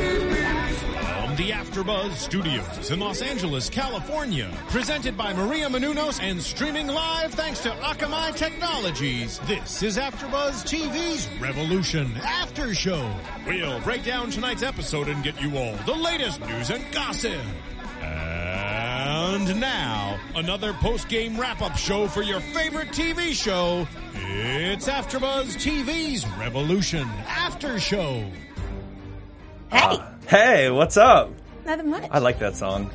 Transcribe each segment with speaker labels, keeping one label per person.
Speaker 1: From the AfterBuzz Studios in Los Angeles, California, presented by Maria Menounos and streaming live thanks to Akamai Technologies. This is AfterBuzz TV's Revolution After Show. We'll break down tonight's episode and get you all the latest news and gossip. And now, another post-game wrap-up show for your favorite TV show. It's AfterBuzz TV's Revolution After Show.
Speaker 2: Hey,
Speaker 3: Hey, what's up?
Speaker 2: nothing much.
Speaker 3: I like that song.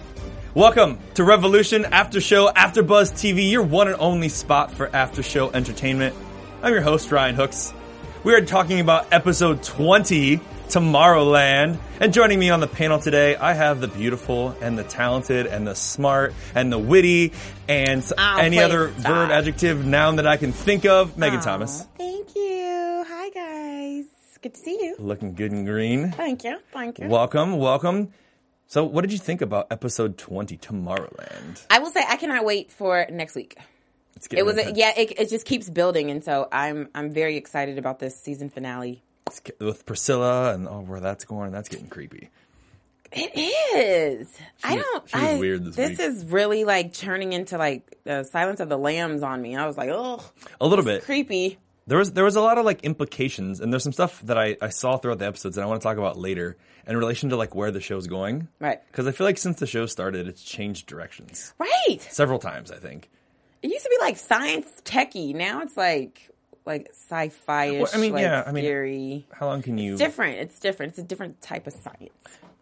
Speaker 3: Welcome to Revolution After Show After Buzz TV, your one and only spot for after show entertainment. I'm your host, Ryan Hooks. We are talking about episode 20, Tomorrowland. And joining me on the panel today, I have the beautiful and the talented and the smart and the witty and s-
Speaker 2: Aw,
Speaker 3: any
Speaker 2: please
Speaker 3: other
Speaker 2: stop.
Speaker 3: verb, adjective, noun that I can think of, Megan Thomas.
Speaker 2: Thank you. Hi, guys. Good to see you.
Speaker 3: Looking good and green.
Speaker 2: Thank you. Thank you.
Speaker 3: Welcome, welcome. So, what did you think about episode 20, Tomorrowland?
Speaker 2: I will say I cannot wait for next week.
Speaker 3: It's
Speaker 2: It
Speaker 3: getting
Speaker 2: was a,
Speaker 3: intense.
Speaker 2: yeah. It, it just keeps building, and so I'm I'm very excited about this season finale.
Speaker 3: It's get- with Priscilla and oh, where that's going, that's getting creepy.
Speaker 2: It is. I don't.
Speaker 3: she was
Speaker 2: I-
Speaker 3: weird this week.
Speaker 2: is really like turning into like the Silence of the Lambs on me. I was like, oh,
Speaker 3: A little bit.
Speaker 2: creepy.
Speaker 3: There was there was a lot of like implications, and there's some stuff that I, I saw throughout the episodes that I want to talk about later in relation to like where the show's going.
Speaker 2: Right.
Speaker 3: Because I feel like since the show started, it's changed directions
Speaker 2: Right.
Speaker 3: several times. I think.
Speaker 2: It used to be like science techie. Now it's like like sci-fi ish.
Speaker 3: Well, I mean,
Speaker 2: like,
Speaker 3: yeah, I mean-
Speaker 2: scary.
Speaker 3: How long can you?
Speaker 2: different. It's different. It's a different type of science.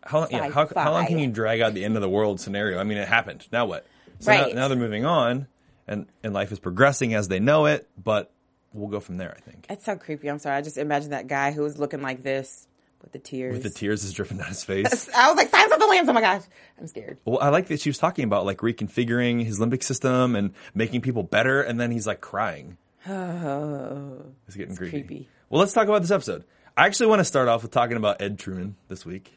Speaker 3: How long? Yeah. How, how long
Speaker 2: Sci-fi.
Speaker 3: can you drag out the end of the world scenario? I mean, it happened. Now what? So
Speaker 2: Right.
Speaker 3: now, now they're moving on, and and life is progressing as they know it. But we'll go from there. I think.
Speaker 2: It's so creepy. I'm sorry. I just imagine that guy who was looking like this with the tears.
Speaker 3: The tears is dripping down his face.
Speaker 2: I was like, Signs of the Lambs. Oh my gosh. I'm scared.
Speaker 3: Well, I like that she was talking about like reconfiguring his limbic system and making people better, and then he's like crying. it's getting creepy.
Speaker 2: Oh. creepy.
Speaker 3: Well, let's talk about this episode. I actually want to start off with talking about Ed Truman this week.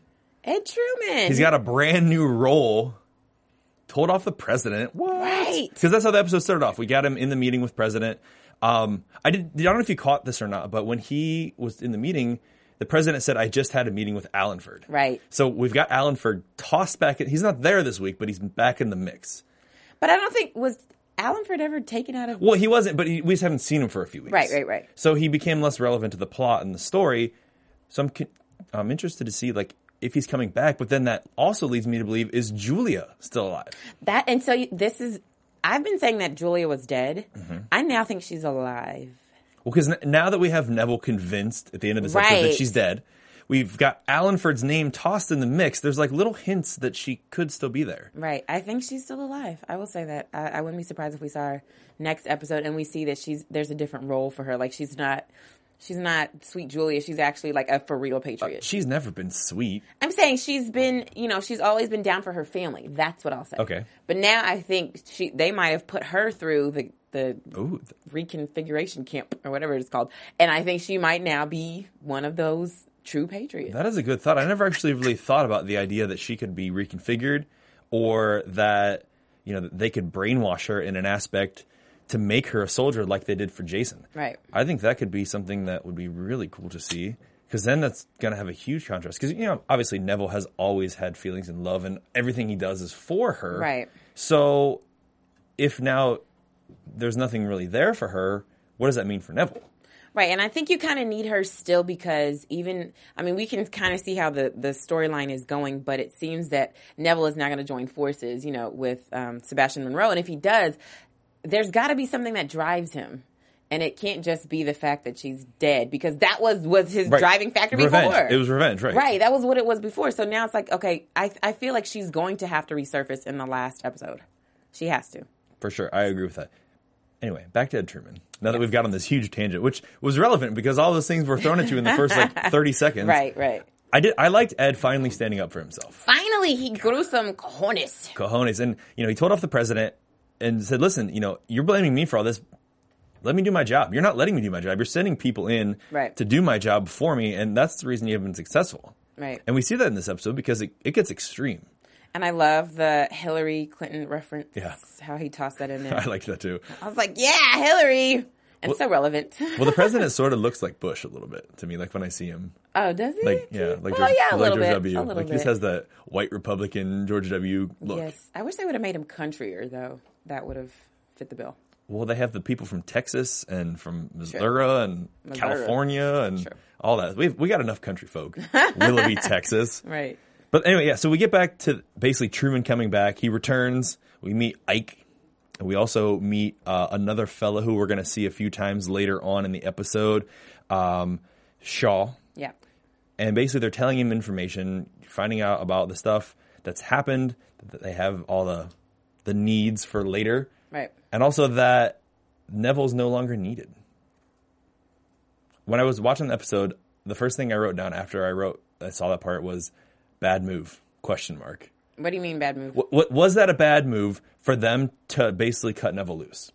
Speaker 2: Ed Truman.
Speaker 3: He's got a brand new role. Told off the president. What?
Speaker 2: Right.
Speaker 3: Because that's how the episode started off. We got him in the meeting with president. Um, I did. I don't know if you caught this or not, but when he was in the meeting, the president said, "I just had a meeting with Allenford."
Speaker 2: Right.
Speaker 3: So we've got Allenford tossed back. In, he's not there this week, but he's back in the mix.
Speaker 2: But I don't think was Allenford ever taken out of.
Speaker 3: Well, he wasn't, but he, we just haven't seen him for a few weeks.
Speaker 2: Right, right, right.
Speaker 3: So he became less relevant to the plot and the story. So I'm, con- I'm interested to see like if he's coming back. But then that also leads me to believe is Julia still alive?
Speaker 2: That and so you- this is. I've been saying that Julia was dead. I now think she's alive.
Speaker 3: Well, because n- now that we have Neville convinced at the end of this episode
Speaker 2: Right.
Speaker 3: that she's dead, we've got Allenford's name tossed in the mix. There's like little hints that she could still be there.
Speaker 2: Right. I think she's still alive. I will say that. I, I wouldn't be surprised if we saw her next episode and we see that she's there's a different role for her. Like she's not she's not sweet Julia. She's actually like a for real patriot.
Speaker 3: She's never been sweet.
Speaker 2: I'm saying she's been, you know, she's always been down for her family. That's what I'll say.
Speaker 3: Okay.
Speaker 2: But now I think she they might have put her through the the
Speaker 3: Ooh, th-
Speaker 2: reconfiguration camp or whatever it's called, and I think she might now be one of those true patriots.
Speaker 3: That is a good thought. I never actually really thought about the idea that she could be reconfigured or that you know that they could brainwash her in an aspect to make her a soldier like they did for Jason.
Speaker 2: Right.
Speaker 3: I think that could be something that would be really cool to see cuz then that's going to have a huge contrast cuz you know obviously Neville has always had feelings and love and everything he does is for her.
Speaker 2: Right.
Speaker 3: So if now there's nothing really there for her, what does that mean for Neville?
Speaker 2: Right, and I think you kind of need her still because even I mean we can kind of see how the the storyline is going, but it seems that Neville is not going to join forces, you know, with um, Sebastian Monroe, and if he does, there's got to be something that drives him, and it can't just be the fact that she's dead because that was was his
Speaker 3: Right.
Speaker 2: driving factor
Speaker 3: Revenge.
Speaker 2: before.
Speaker 3: It was revenge, right.
Speaker 2: Right, that was what it was before. So now it's like okay, I I feel like she's going to have to resurface in the last episode. She has to.
Speaker 3: for sure. I agree with that. Anyway, back to Ed Truman. Now that we've got on this huge tangent, which was relevant because all those things were thrown at you in the first like thirty seconds.
Speaker 2: Right, right.
Speaker 3: I did. I liked Ed finally standing up for himself.
Speaker 2: Finally, he grew some cojones.
Speaker 3: Cojones, and you know, he told off the president and said, "Listen, you know, you're blaming me for all this. Let me do my job. You're not letting me do my job. You're sending people in
Speaker 2: Right.
Speaker 3: to do my job for me, and that's the reason you haven't been successful.
Speaker 2: Right.
Speaker 3: And we see that in this episode because it, it gets extreme.
Speaker 2: And I love the Hillary Clinton reference.
Speaker 3: Yeah.
Speaker 2: How he tossed that in there.
Speaker 3: I like that too.
Speaker 2: I was like, yeah, Hillary. And so relevant.
Speaker 3: Well, the president sort of looks like Bush a little bit to me, like when I see him.
Speaker 2: oh, does he?
Speaker 3: Like, yeah, like
Speaker 2: well, yeah, a
Speaker 3: like
Speaker 2: little
Speaker 3: George
Speaker 2: bit.
Speaker 3: W.
Speaker 2: A little
Speaker 3: like, he
Speaker 2: bit.
Speaker 3: just has that white Republican George W. look.
Speaker 2: Yes. I wish they would have made him countrier, though. That would have fit the bill.
Speaker 3: Well, they have the people from Texas and from Missouri and
Speaker 2: Missouri.
Speaker 3: California and all that. We've, we got enough country folk. Willoughby, Texas.
Speaker 2: Right.
Speaker 3: But anyway, yeah, so we get back to basically Truman coming back. He returns. We meet Ike. And we also meet uh, another fella who we're going to see a few times later on in the episode, um, Shaw.
Speaker 2: Yeah.
Speaker 3: And basically, they're telling him information, finding out about the stuff that's happened, that they have all the, the needs for later
Speaker 2: Right.
Speaker 3: and also that Neville's no longer needed. When I was watching the episode, the first thing I wrote down after I wrote I saw that part was bad move question mark.
Speaker 2: What do you mean bad move?
Speaker 3: What, what was that a bad move for them to basically cut Neville loose?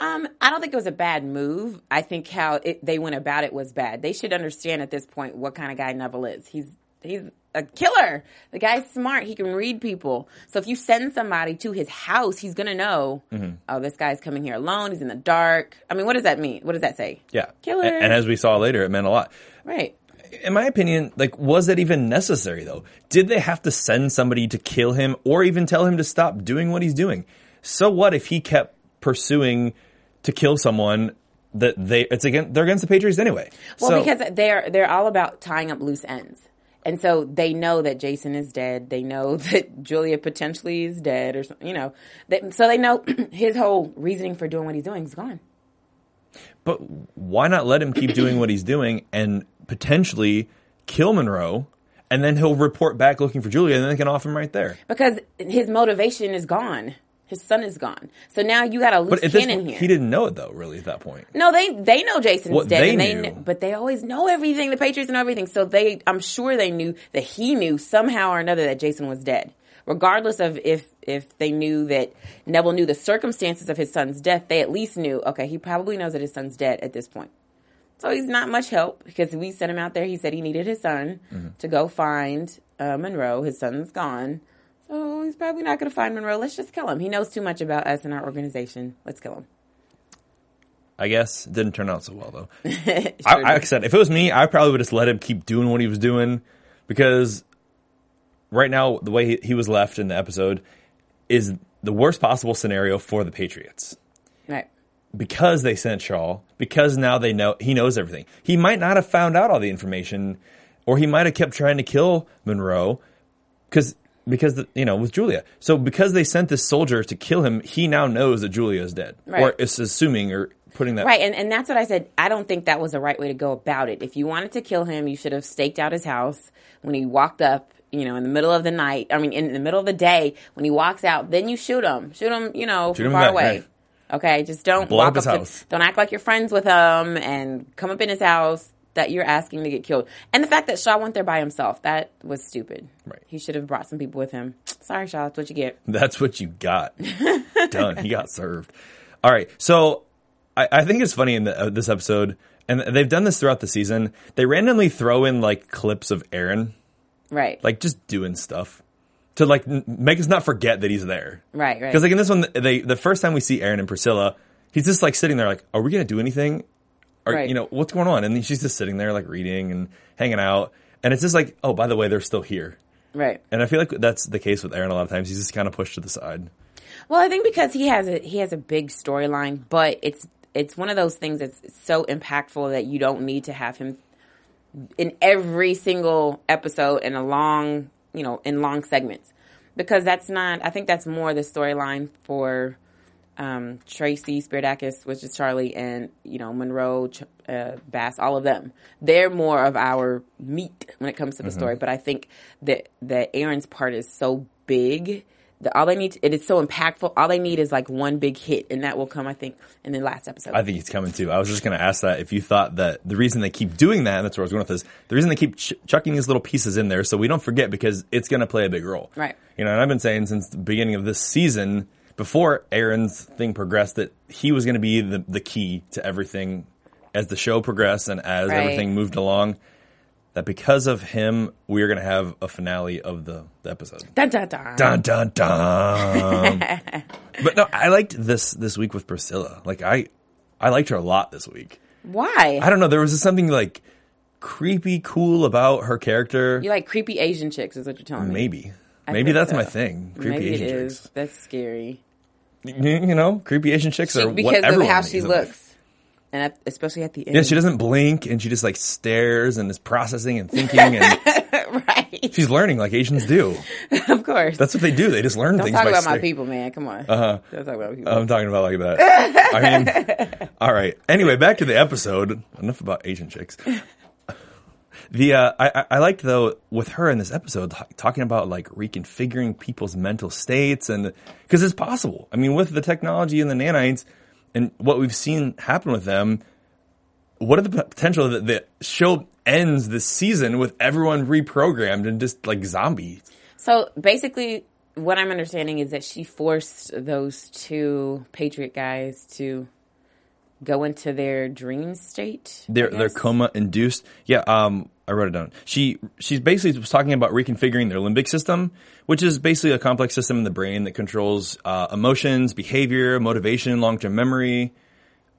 Speaker 2: Um, I don't think it was a bad move. I think how it, they went about it was bad. They should understand at this point what kind of guy Neville is. He's he's a killer. The guy's smart. He can read people. So if you send somebody to his house, he's gonna know.
Speaker 3: Mm-hmm.
Speaker 2: Oh, this guy's coming here alone. He's in the dark. I mean, what does that mean? What does that say?
Speaker 3: Yeah.
Speaker 2: Killer.
Speaker 3: And, and as we saw later, it meant a lot.
Speaker 2: right.
Speaker 3: In my opinion, like was that even necessary though? Did they have to send somebody to kill him or even tell him to stop doing what he's doing? So what if he kept pursuing to kill someone that they it's against they're against the Patriots anyway.
Speaker 2: Well,
Speaker 3: so,
Speaker 2: because they're they're all about tying up loose ends. And so they know that Jason is dead. They know that Julia potentially is dead, or some- you know, that, so they know his whole reasoning for doing what he's doing is gone.
Speaker 3: but why not let him keep doing what he's doing and potentially kill Monroe and then he'll report back looking for Julia and then they can off him right there.
Speaker 2: because his motivation is gone. His son is gone. So now you got a loose
Speaker 3: But at this
Speaker 2: cannon
Speaker 3: point,
Speaker 2: here.
Speaker 3: he didn't know it though, really at that point.
Speaker 2: no, they they know Jason's
Speaker 3: What
Speaker 2: dead,
Speaker 3: they
Speaker 2: and they
Speaker 3: knew-
Speaker 2: kn- but they always know everything. The Patriots know everything, so they I'm sure they knew that he knew somehow or another that Jason was dead. Regardless of if if they knew that Neville knew the circumstances of his son's death, they at least knew. Okay, he probably knows that his son's dead at this point. So he's not much help because we sent him out there. He said he needed his son
Speaker 3: Mm-hmm.
Speaker 2: to go find uh, Monroe. His son's gone. So he's probably not going to find Monroe. Let's just kill him. He knows too much about us and our organization. Let's kill him.
Speaker 3: I guess it didn't turn out so well though. I, I like I said if it was me, I probably would just let him keep doing what he was doing because right now the way he, he was left in the episode is the worst possible scenario for the Patriots
Speaker 2: Right.
Speaker 3: because they sent Shaw because now they know he knows everything. He might not have found out all the information, or he might have kept trying to kill Monroe because because the, you know with Julia. So because they sent this soldier to kill him, he now knows that Julia is dead, or
Speaker 2: Right.
Speaker 3: is assuming or putting that
Speaker 2: Right. And, and that's what I said. I don't think that was the right way to go about it. If you wanted to kill him, you should have staked out his house when he walked up, you know, in the middle of the night. I mean, in the middle of the day when he walks out, then you shoot him. Shoot him, you know,
Speaker 3: him
Speaker 2: from far
Speaker 3: back,
Speaker 2: away.
Speaker 3: right.
Speaker 2: Okay. Just don't
Speaker 3: Blow
Speaker 2: walk
Speaker 3: up his
Speaker 2: to-
Speaker 3: house.
Speaker 2: don't act like you're friends with him and come up in his house that you're asking to get killed. And the fact that Shaw went there by himself, that was stupid.
Speaker 3: Right.
Speaker 2: He should have brought some people with him. Sorry, Shaw. That's what you get.
Speaker 3: That's what you got. Done. He got served. All right. So I, I think it's funny in the, uh, this episode, and they've done this throughout the season. They randomly throw in like clips of Aaron,
Speaker 2: Right.
Speaker 3: like just doing stuff to like n- make us not forget that he's there.
Speaker 2: Right, right.
Speaker 3: Because like in this one, they the first time we see Aaron and Priscilla, he's just like sitting there, like, "Are we gonna do anything? Or
Speaker 2: Right.
Speaker 3: you know what's going on?" And then she's just sitting there, like reading and hanging out. And it's just like, "Oh, by the way, they're still here."
Speaker 2: right.
Speaker 3: And I feel like that's the case with Aaron a lot of times. He's just kind of pushed to the side.
Speaker 2: Well, I think because he has a he has a big storyline, but it's it's one of those things that's so impactful that you don't need to have him in every single episode in a long, you know, in long segments. Because that's not I think that's more the storyline for um, Tracy Spiridakis, which is Charlie, and you know Monroe, Ch- uh, Bass, all of them. They're more of our meat when it comes
Speaker 3: Mm-hmm.
Speaker 2: to the story. But I think that that Aaron's part is so big that all they need it is so impactful. All they need is like one big hit, and that will come, I think, in the last episode.
Speaker 3: I think he's coming too. I was just going to ask that if you thought that the reason they keep doing that, and that's where I was going with this, the reason they keep ch- chucking these little pieces in there so we don't forget because it's going to play a big role.
Speaker 2: Right.
Speaker 3: You know, and I've been saying since the beginning of this season, before Aaron's thing progressed that he was going to be the, the key to everything as the show progressed and as
Speaker 2: Right.
Speaker 3: everything moved along. That because of him, we are going to have a finale of the, the episode.
Speaker 2: Dun, dun, dun.
Speaker 3: Dun dun dun. but no, I liked this this week with Priscilla. Like I, I liked her a lot this week.
Speaker 2: Why?
Speaker 3: I don't know. There was just something like creepy cool about her character.
Speaker 2: you like creepy Asian chicks, is what you're telling me.
Speaker 3: Maybe.
Speaker 2: I
Speaker 3: Maybe
Speaker 2: think
Speaker 3: that's
Speaker 2: so.
Speaker 3: my thing. Creepy
Speaker 2: Maybe
Speaker 3: Asian
Speaker 2: it
Speaker 3: chicks.
Speaker 2: is. That's scary.
Speaker 3: You you know, creepy Asian chicks
Speaker 2: She-
Speaker 3: are what
Speaker 2: because of
Speaker 3: everyone
Speaker 2: how
Speaker 3: needs
Speaker 2: she
Speaker 3: in life.
Speaker 2: looks. And at, especially at the end.
Speaker 3: Yeah, she doesn't blink and she just like stares and is processing and thinking and
Speaker 2: right.
Speaker 3: she's learning like Asians do.
Speaker 2: of course.
Speaker 3: That's what they do. They just learn
Speaker 2: Don't
Speaker 3: things
Speaker 2: talk
Speaker 3: by
Speaker 2: about my
Speaker 3: staring.
Speaker 2: people, man. Come on. Uh-huh. Don't talk about my people.
Speaker 3: I'm talking about like that. I mean, all right. Anyway, back to the episode. Enough about Asian chicks. The uh, I I- I liked though with her in this episode t- talking about like reconfiguring people's mental states and because it's possible. I mean, with the technology and the nanites and what we've seen happen with them, what are the p- potential that the show ends this season with everyone reprogrammed and just like zombies?
Speaker 2: So basically, what I'm understanding is that she forced those two Patriot guys to go into their dream state. I
Speaker 3: They're they're
Speaker 2: guess.
Speaker 3: coma induced. Yeah, um, I wrote it down. She she's basically was talking about reconfiguring their limbic system, which is basically a complex system in the brain that controls uh, emotions, behavior, motivation, long term memory.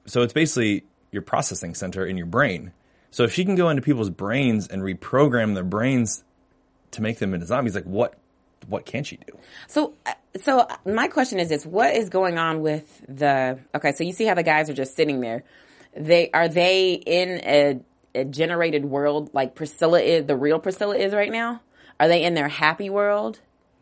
Speaker 3: So it's basically your processing center in your brain. So if she can go into people's brains and reprogram their brains to make them into zombies, like what what can she do?
Speaker 2: So, uh, so uh, my question is this: What is going on with the? Okay, so you see how the guys are just sitting there. They are they in a, a generated world like Priscilla is the real Priscilla is right now? Are they in their happy world,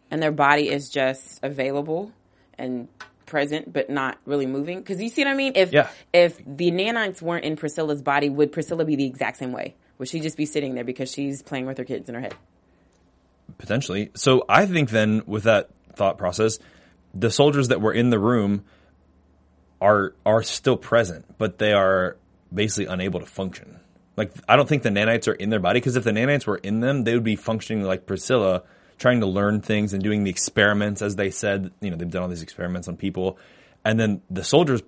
Speaker 2: and their body is just available and present but not really moving? Because you see what I mean? If
Speaker 3: Yeah.
Speaker 2: if the nanites weren't in Priscilla's body, would Priscilla be the exact same way? Would she just be sitting there because she's playing with her kids in her head?
Speaker 3: Potentially. So I think then with that thought process, the soldiers that were in the room are are still present, but they are basically unable to function. Like I don't think the nanites are in their body because if the nanites were in them, they would be functioning like Priscilla, trying to learn things and doing the experiments as they said, you know, they've done all these experiments on people. And then the soldiers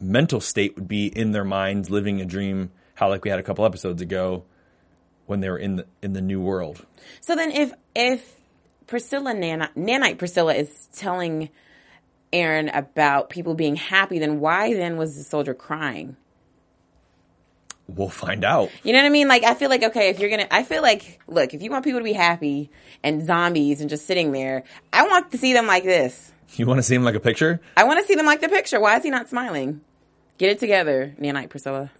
Speaker 3: mental state would be in their minds living a dream, how like we had a couple episodes ago when they were in the in the new world.
Speaker 2: So then, if if Priscilla Nana, Nanite Priscilla is telling Aaron about people being happy, then why then was the soldier crying?
Speaker 3: We'll find out.
Speaker 2: You know what I mean? Like I feel like okay, if you're gonna, I feel like look, if you want people to be happy and zombies and just sitting there, I want to see them like this.
Speaker 3: You want to see him like a picture?
Speaker 2: I want to see them like the picture. Why is he not smiling? Get it together, Nanite Priscilla.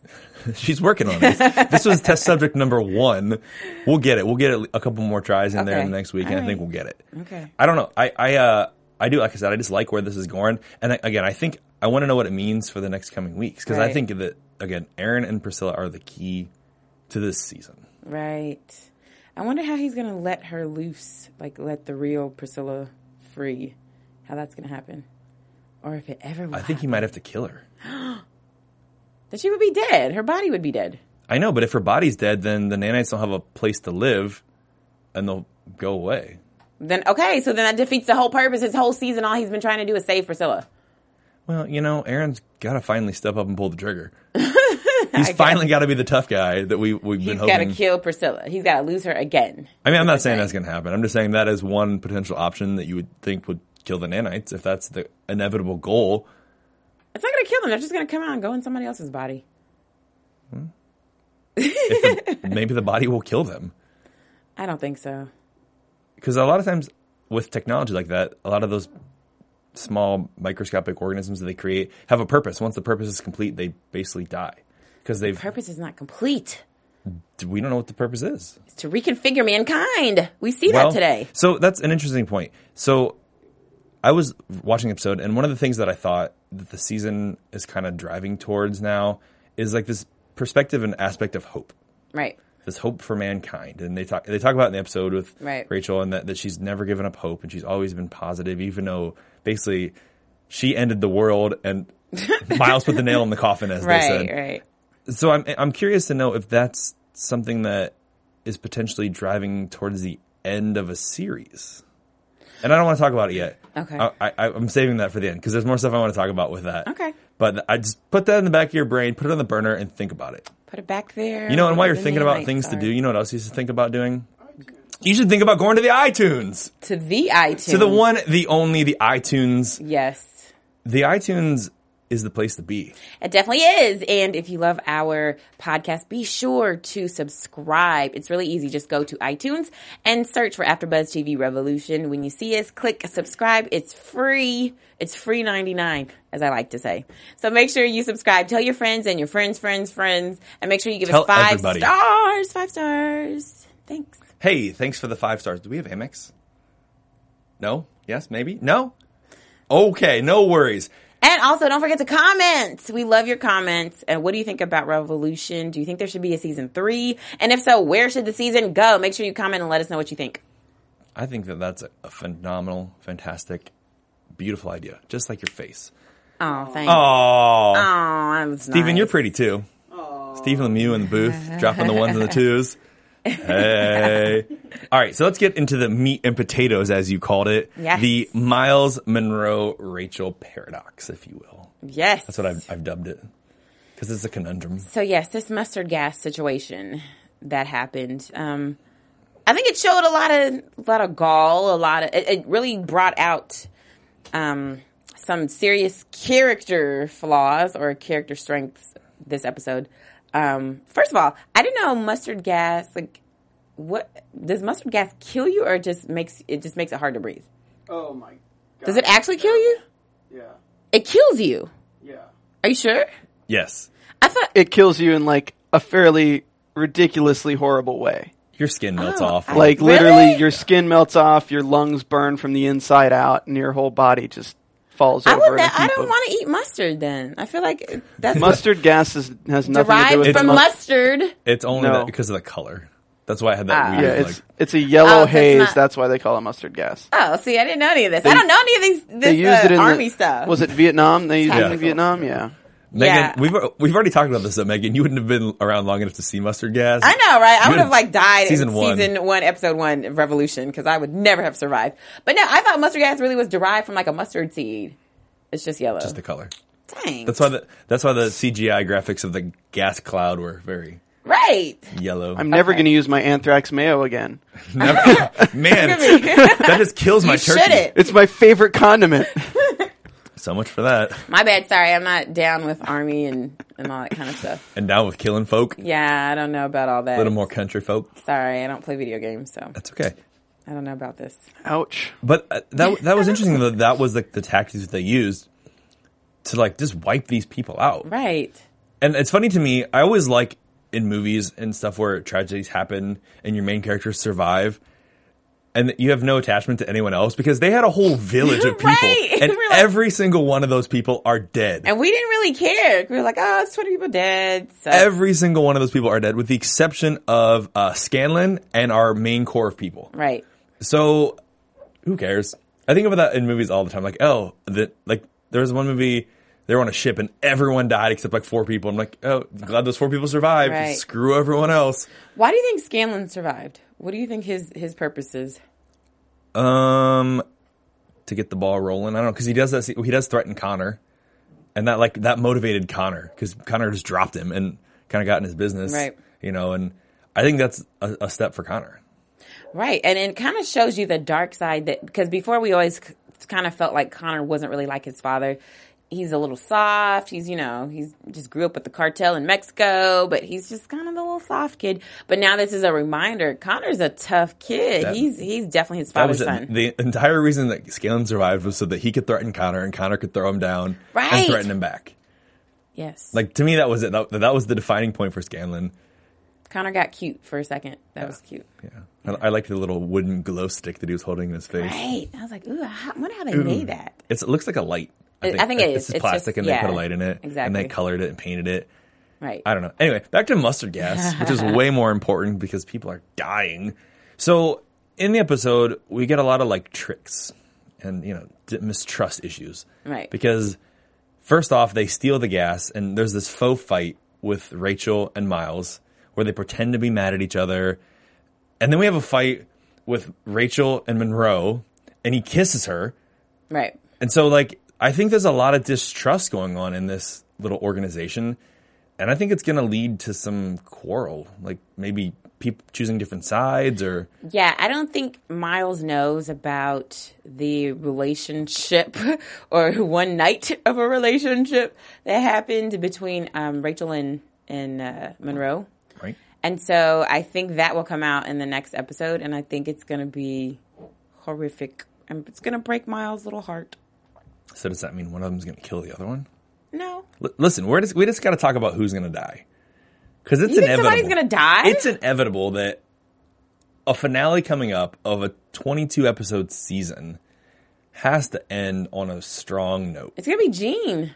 Speaker 3: She's working on this. this was test subject number one. We'll get it. We'll get it a couple more tries in there
Speaker 2: Okay.
Speaker 3: in the next week, and I think we'll get it.
Speaker 2: Okay.
Speaker 3: I don't know. I I uh I do like I said. I just like where this is going, and I, again, I think I want to know what it means for the next coming weeks because I
Speaker 2: Right.
Speaker 3: think that again, Aaron and Priscilla are the key to this season.
Speaker 2: Right. I wonder how he's gonna let her loose, like let the real Priscilla free. How that's gonna happen, or if it ever. Will
Speaker 3: I think he might have to kill her.
Speaker 2: that she would be dead. Her body would be dead.
Speaker 3: I know, but if her body's dead, then the nanites don't have a place to live, and they'll go away.
Speaker 2: Then okay, so then that defeats the whole purpose. His whole season, all he's been trying to do is save Priscilla.
Speaker 3: Well, you know, Aaron's got to finally step up and pull the trigger. He's finally got to be the tough guy that we we've been
Speaker 2: He's got to
Speaker 3: hoping.
Speaker 2: kill Priscilla. He's got to lose her again.
Speaker 3: I mean, I'm not saying that's going to happen. I'm just saying that is one potential option that you would think would kill the nanites if that's the inevitable goal.
Speaker 2: It's not gonna kill them. They're just gonna come out and go in somebody else's body.
Speaker 3: Maybe the body will kill them
Speaker 2: I don't think so.
Speaker 3: because a lot of times with technology like that, a lot of those small microscopic organisms that they create have a purpose. Once the purpose is complete, they basically die because they've
Speaker 2: Purpose is not complete.
Speaker 3: we don't know what the purpose is.
Speaker 2: It's to reconfigure mankind. We see
Speaker 3: Well,
Speaker 2: that today.
Speaker 3: So that's an interesting point. So I was watching the episode, and one of the things that I thought that the season is kind of driving towards now is like this perspective and aspect of hope.
Speaker 2: Right.
Speaker 3: This hope for mankind, and they talk they talk about it in the episode with
Speaker 2: Right.
Speaker 3: Rachel, and that, that she's never given up hope, and she's always been positive, even though basically she ended the world, and Miles put the nail in the coffin, as they said
Speaker 2: Right. Right.
Speaker 3: so I'm I'm curious to know if that's something that is potentially driving towards the end of a series. and I don't want to talk about it yet.
Speaker 2: Okay.
Speaker 3: I, I, I'm saving that for the end because there's more stuff I want to talk about with that.
Speaker 2: Okay.
Speaker 3: But I just put that in the back of your brain, put it on the burner, and think about it.
Speaker 2: Put it back there.
Speaker 3: You know, and while
Speaker 2: where
Speaker 3: you're
Speaker 2: the
Speaker 3: thinking about
Speaker 2: nanites
Speaker 3: things to
Speaker 2: are.
Speaker 3: do, you know what else you should think about doing? You should think about going to the iTunes.
Speaker 2: to the iTunes.
Speaker 3: To the one, the only, the iTunes.
Speaker 2: Yes.
Speaker 3: The iTunes is the place to be.
Speaker 2: It definitely is. And if you love our podcast, be sure to subscribe. It's really easy. Just go to iTunes and search for AfterBuzz TV Revolution. When you see us, click subscribe. It's free. It's free 99, as I like to say. So make sure you subscribe. Tell your friends and your friends, friends, friends. And make sure you give
Speaker 3: Tell
Speaker 2: us five
Speaker 3: everybody.
Speaker 2: stars. Five stars. Thanks.
Speaker 3: Hey, thanks for the five stars. Do we have Amex? No? Yes? Maybe? No? Okay, no worries.
Speaker 2: And also, don't forget to comment. We love your comments. And what do you think about Revolution? Do you think there should be a season three? And if so, where should the season go? Make sure you comment and let us know what you think.
Speaker 3: I think that that's a phenomenal, fantastic, beautiful idea. Just like your face.
Speaker 2: Oh, thanks. Oh,
Speaker 3: Aww.
Speaker 2: that was
Speaker 3: Stephen,
Speaker 2: nice.
Speaker 3: you're pretty too. Stephen Lemieux in the booth, dropping the ones and the twos. Hey. All right, so let's get into the meat and potatoes, as you called it.
Speaker 2: Yes.
Speaker 3: The Miles Monroe Rachel paradox, if you will.
Speaker 2: yes.
Speaker 3: That's what I've, I've dubbed it. Because it's a conundrum.
Speaker 2: So yes, this mustard gas situation that happened. Um, I think it showed a lot of a lot of gall. A lot of it, it really brought out um, some serious character flaws or character strengths this episode. Um, first of all, I didn't know mustard gas like what does mustard gas kill you or it just makes it just makes it hard to breathe?
Speaker 4: Oh my god.
Speaker 2: Does it actually kill you?
Speaker 4: Yeah.
Speaker 2: It kills you.
Speaker 4: Yeah.
Speaker 2: Are you sure?
Speaker 3: Yes.
Speaker 2: I thought
Speaker 4: It kills you in like a fairly ridiculously horrible way.
Speaker 3: Your skin melts
Speaker 2: Oh,
Speaker 3: off.
Speaker 2: I-
Speaker 4: Like
Speaker 2: Really?
Speaker 4: literally your skin melts off, your lungs burn from the inside out, and your whole body just falls
Speaker 2: I
Speaker 4: over.
Speaker 2: would.
Speaker 4: in a
Speaker 2: I
Speaker 4: heap
Speaker 2: don't
Speaker 4: of-
Speaker 2: want to eat mustard. Then I feel like that's
Speaker 4: Mustard gas is, has nothing to do
Speaker 2: derived
Speaker 4: with
Speaker 2: from
Speaker 4: mustard.
Speaker 2: mustard.
Speaker 3: it's only
Speaker 4: No.
Speaker 3: that because of the color. That's why I had that
Speaker 2: Ah.
Speaker 3: weird,
Speaker 4: Yeah, it's
Speaker 3: like,
Speaker 4: it's a
Speaker 2: Oh,
Speaker 4: yellow
Speaker 2: so it's
Speaker 4: haze.
Speaker 2: not-
Speaker 4: That's why they call it mustard gas.
Speaker 2: Oh, see, I didn't know any of this. I don't know any of these this
Speaker 4: They used
Speaker 2: uh,
Speaker 4: it in the-
Speaker 2: army stuff.
Speaker 4: Was it Vietnam? They used it in
Speaker 3: Tactical.
Speaker 4: Vietnam. Yeah.
Speaker 3: Megan,
Speaker 2: yeah.
Speaker 3: we've, we've already talked about this, though, Megan. You wouldn't have been around long enough to see mustard gas.
Speaker 2: I know, right? I
Speaker 3: You
Speaker 2: would have like died
Speaker 3: season
Speaker 2: in
Speaker 3: one.
Speaker 2: season one, episode one, of Revolution, because I would never have survived. But no, I thought mustard gas really was derived from like a mustard seed. It's just yellow.
Speaker 3: Just the color.
Speaker 2: Dang.
Speaker 3: That's why the that's why the CGI graphics of the gas cloud were very
Speaker 2: right.
Speaker 3: yellow.
Speaker 4: I'm never going to use my anthrax mayo again.
Speaker 3: Never- man, that just kills my
Speaker 2: You
Speaker 3: turkey.
Speaker 2: shouldn't.
Speaker 4: It's my favorite condiment.
Speaker 3: So much for that.
Speaker 2: My bad. Sorry, I'm not down with army and and all that kind of stuff.
Speaker 3: And down with killing folk, a
Speaker 2: Yeah, I don't know about all that.
Speaker 3: little more country folk.
Speaker 2: Sorry, I don't play video games, so
Speaker 3: That's okay.
Speaker 2: I don't know about this.
Speaker 4: Ouch.
Speaker 3: But uh, that that was interesting. That that was like the tactics that they used to like just wipe these people out.
Speaker 2: Right.
Speaker 3: and it's funny to me. I always like in movies and stuff where tragedies happen and your main characters survive, and you have no attachment to anyone else because they had a whole village of people,
Speaker 2: Right.
Speaker 3: and
Speaker 2: We're like-
Speaker 3: every single one of those people are dead.
Speaker 2: And we didn't really care. We were like, oh, it's 20 people dead. So.
Speaker 3: every single one of those people are dead, with the exception of uh, Scanlan and our main core of people.
Speaker 2: right.
Speaker 3: So, who cares? I think about that in movies all the time. Like, oh, that like there was one movie they were on a ship and everyone died except like four people. I'm like, oh, glad those four people survived.
Speaker 2: Right.
Speaker 3: Screw everyone else.
Speaker 2: Why do you think Scanlan survived? What do you think his his purpose is?
Speaker 3: Um, to get the ball rolling. I don't know because he does that. He does threaten Connor, and that like that motivated Connor because Connor just dropped him and kind of got in his business,
Speaker 2: Right.
Speaker 3: You know, and I think that's a, a step for Connor.
Speaker 2: Right, and it kind of shows you the dark side that because before we always kind of felt like Connor wasn't really like his father. He's a little soft. He's you know he's just grew up with the cartel in Mexico, but he's just kind of a little soft kid. But now this is a reminder. Connor's a tough kid.
Speaker 3: That-
Speaker 2: he's he's definitely his
Speaker 3: That was
Speaker 2: father's son.
Speaker 3: the entire reason that Scanlan survived was so that he could threaten Connor and Connor could throw him down
Speaker 2: Right.
Speaker 3: and threaten him back.
Speaker 2: yes, like
Speaker 3: Like to me, that was it. That, that was the defining point for Scanlan.
Speaker 2: Connor got cute for a second. That was cute.
Speaker 3: Yeah, I, I liked the little wooden glow stick that he was holding in his face.
Speaker 2: Right. I was like, ooh, I wonder how they made that.
Speaker 3: Hmm. It's, it looks like a light.
Speaker 2: It- I think it
Speaker 3: it's
Speaker 2: is.
Speaker 3: just
Speaker 2: It's
Speaker 3: plastic,
Speaker 2: just-
Speaker 3: and they
Speaker 2: yeah,
Speaker 3: put a light in it, and
Speaker 2: exactly.
Speaker 3: they colored it and painted it.
Speaker 2: Right.
Speaker 3: I don't know. Anyway, back to mustard gas, which is way more important because people are dying. So in the episode, we get a lot of like tricks and you know d- mistrust issues,
Speaker 2: Right.
Speaker 3: Because first off, they steal the gas, and there's this faux fight with Rachel and Miles where they pretend to be mad at each other, and then we have a fight with Rachel and Monroe, and he kisses her.
Speaker 2: Right.
Speaker 3: And so, like, I think there's a lot of distrust going on in this little organization. And I think it's going to lead to some quarrel, like maybe people choosing different sides or.
Speaker 2: Yeah, I don't think Miles knows about the relationship or one night of a relationship that happened between um, Rachel and, and uh, Monroe.
Speaker 3: Right.
Speaker 2: And so I think that will come out in the next episode. And I think it's going to be horrific. And it's going to break Miles' little heart.
Speaker 3: So does that mean one of them's going to kill the other one?
Speaker 2: No.
Speaker 3: L- listen, we're just, we just got to talk about who's going to die. Because it's
Speaker 2: You think
Speaker 3: inevitable.
Speaker 2: somebody's going to die?
Speaker 3: It's inevitable that a finale coming up of a 22 episode season has to end on a strong note.
Speaker 2: it's going to be Gene.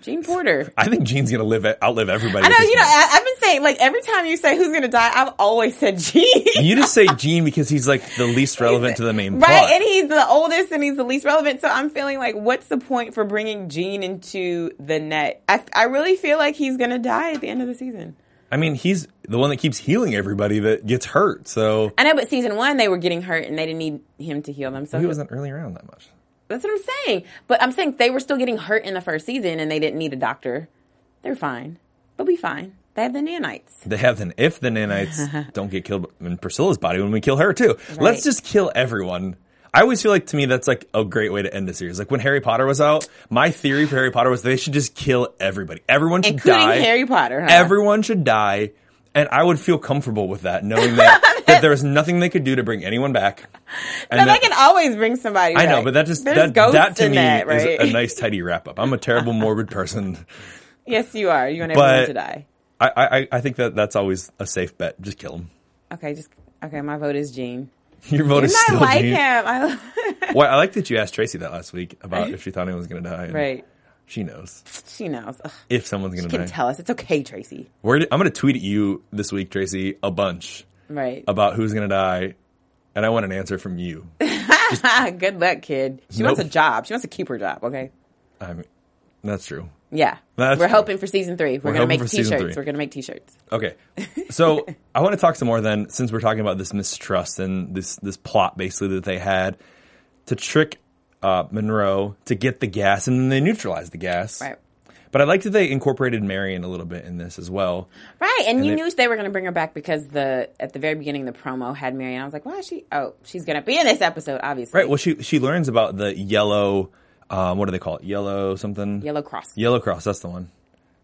Speaker 2: Gene Porter.
Speaker 3: I think Gene's going to live outlive everybody.
Speaker 2: I know,
Speaker 3: at this
Speaker 2: you know,
Speaker 3: point.
Speaker 2: I, I've been saying, like, every time you say who's going to die, I've always said Gene.
Speaker 3: You just say Gene because he's like the least relevant to the main plot.
Speaker 2: Right, and he's the oldest and he's the least relevant. So I'm feeling like, what's the point for bringing Gene into the net? I, I really feel like he's gonna die at the end of the season.
Speaker 3: I mean, he's the one that keeps healing everybody that gets hurt. So
Speaker 2: I know, but season one they were getting hurt and they didn't need him to heal them. So
Speaker 3: he wasn't really around that much.
Speaker 2: That's what I'm saying. But I'm saying they were still getting hurt in the first season and they didn't need a doctor. They're fine. They'll be fine. They have the nanites.
Speaker 3: They have then if the nanites don't get killed in Priscilla's body when we kill her too. Let's just kill everyone. I always feel like to me that's like a great way to end the series. Like when Harry Potter was out, my theory for Harry Potter was they should just kill everybody. Everyone should
Speaker 2: Including
Speaker 3: die.
Speaker 2: Harry Potter, huh?
Speaker 3: Everyone should die. And I would feel comfortable with that, knowing that, that there was nothing they could do to bring anyone back. And
Speaker 2: But
Speaker 3: that-
Speaker 2: they can always bring somebody.
Speaker 3: I know,
Speaker 2: back.
Speaker 3: but that just
Speaker 2: There's
Speaker 3: that,
Speaker 2: ghosts
Speaker 3: that to
Speaker 2: in
Speaker 3: me
Speaker 2: that,
Speaker 3: is
Speaker 2: right?
Speaker 3: a nice tidy wrap up. I'm a terrible morbid person.
Speaker 2: yes, you are. You want
Speaker 3: But-
Speaker 2: everyone to die.
Speaker 3: I, I I- I think that that's always a safe bet. Just kill him.
Speaker 2: Okay, just okay. My vote is Gene.
Speaker 3: Your vote
Speaker 2: And
Speaker 3: is
Speaker 2: I
Speaker 3: still
Speaker 2: like
Speaker 3: Gene.
Speaker 2: him. I,
Speaker 3: Well, I like that you asked Tracy that last week about if she thought anyone was going to die. and
Speaker 2: right.
Speaker 3: She knows
Speaker 2: She knows. Ugh,
Speaker 3: if someone's going
Speaker 2: she
Speaker 3: to
Speaker 2: can
Speaker 3: die.
Speaker 2: tell us. It's okay, Tracy.
Speaker 3: Where did- I'm going to tweet at you this week, Tracy, a bunch
Speaker 2: Right.
Speaker 3: about who's going to die, and I want an answer from you.
Speaker 2: Ah, Good luck, kid. She wants a
Speaker 3: Nope.
Speaker 2: job. She wants to keep her job. Okay.
Speaker 3: I mean, that's true.
Speaker 2: Yeah.
Speaker 3: That's
Speaker 2: We're
Speaker 3: true.
Speaker 2: hoping for season three. We're, gonna
Speaker 3: hoping
Speaker 2: make
Speaker 3: for season
Speaker 2: t-shirts.
Speaker 3: three.
Speaker 2: We're gonna make t-shirts.
Speaker 3: Okay, so I want to talk some more then, since we're talking about this mistrust and this this plot basically that they had to trick uh, Monroe to get the gas, and then they neutralize the gas.
Speaker 2: Right.
Speaker 3: But I like that they incorporated Marion a little bit in this as well.
Speaker 2: Right, and, you
Speaker 3: they-
Speaker 2: knew they were going to bring her back because the at the very beginning the promo had Marion. I was like, "Why is she? Oh, she's going to be in this episode, obviously."
Speaker 3: Right. Well, she she learns about the yellow. Um, what do they call it? Yellow something.
Speaker 2: Yellow Cross.
Speaker 3: Yellow cross. That's the one.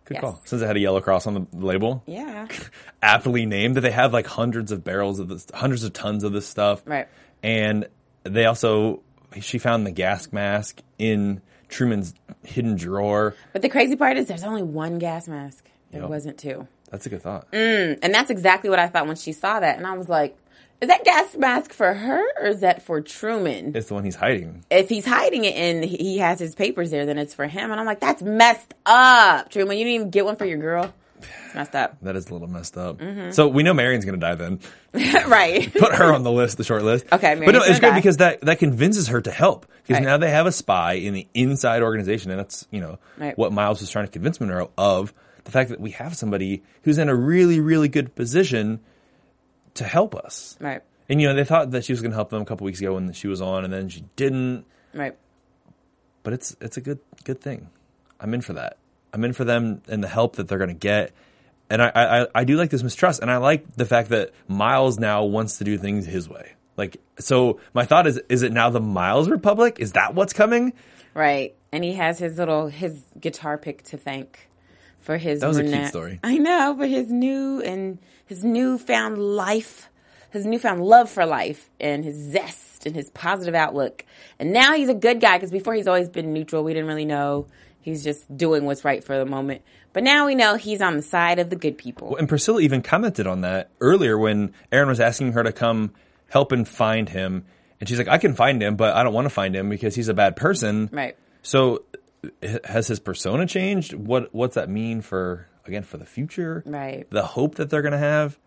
Speaker 3: Good
Speaker 2: Yes.
Speaker 3: call. Since it had a yellow cross on the label,
Speaker 2: Yeah.
Speaker 3: aptly named. That they have like hundreds of barrels of this, hundreds of tons of this stuff.
Speaker 2: Right.
Speaker 3: And they also she found the gas mask in Truman's hidden drawer.
Speaker 2: But the crazy part is there's only one gas mask. There
Speaker 3: Yep.
Speaker 2: wasn't two,
Speaker 3: That's a good thought.
Speaker 2: and that's exactly what I thought when she saw that, and I was like, "Is that gas mask for her or is that for Truman?"
Speaker 3: It's the one he's hiding.
Speaker 2: if he's hiding it and he- he has his papers there, then it's for him. And I'm like, "That's messed up, Truman. You didn't even get one for your girl. It's messed up,
Speaker 3: That is a little messed up.
Speaker 2: Mm-hmm.
Speaker 3: So we know Marion's gonna die then.
Speaker 2: right?"
Speaker 3: put her on the list, the short list.
Speaker 2: Okay,
Speaker 3: but no,
Speaker 2: Mary's
Speaker 3: it's
Speaker 2: gonna
Speaker 3: great
Speaker 2: die.
Speaker 3: because that that convinces her to help because
Speaker 2: Right.
Speaker 3: now they have a spy in the inside organization, and that's you know
Speaker 2: Right.
Speaker 3: what Miles was trying to convince Monroe of the fact that we have somebody who's in a really really good position to help us.
Speaker 2: right.
Speaker 3: And you know they thought that she was going to help them a couple weeks ago when she was on, and then she didn't.
Speaker 2: Right.
Speaker 3: But it's it's a good good thing. I'm in for that. I'm in for them and the help that they're going to get. And I, I I- I do like this mistrust, and I like the fact that Miles now wants to do things his way. Like so, my thought is: is it now the Miles Republic? Is that what's coming?
Speaker 2: Right. And he has his little his guitar pick to thank for his
Speaker 3: That was a cute
Speaker 2: brunette.
Speaker 3: story.
Speaker 2: I know, but his new and his newfound life, his newfound love for life and his zest and his positive outlook. And now he's a good guy because before he's always been neutral. We didn't really know. He's just doing what's right for the moment. But now we know he's on the side of the good people.
Speaker 3: And Priscilla even commented on that earlier when Aaron was asking her to come help and find him, and she's like, "I can find him, but I don't want to find him because he's a bad person."
Speaker 2: Right.
Speaker 3: So, h- has his persona changed? What What's that mean for again for the future?
Speaker 2: Right.
Speaker 3: The hope that they're going to have.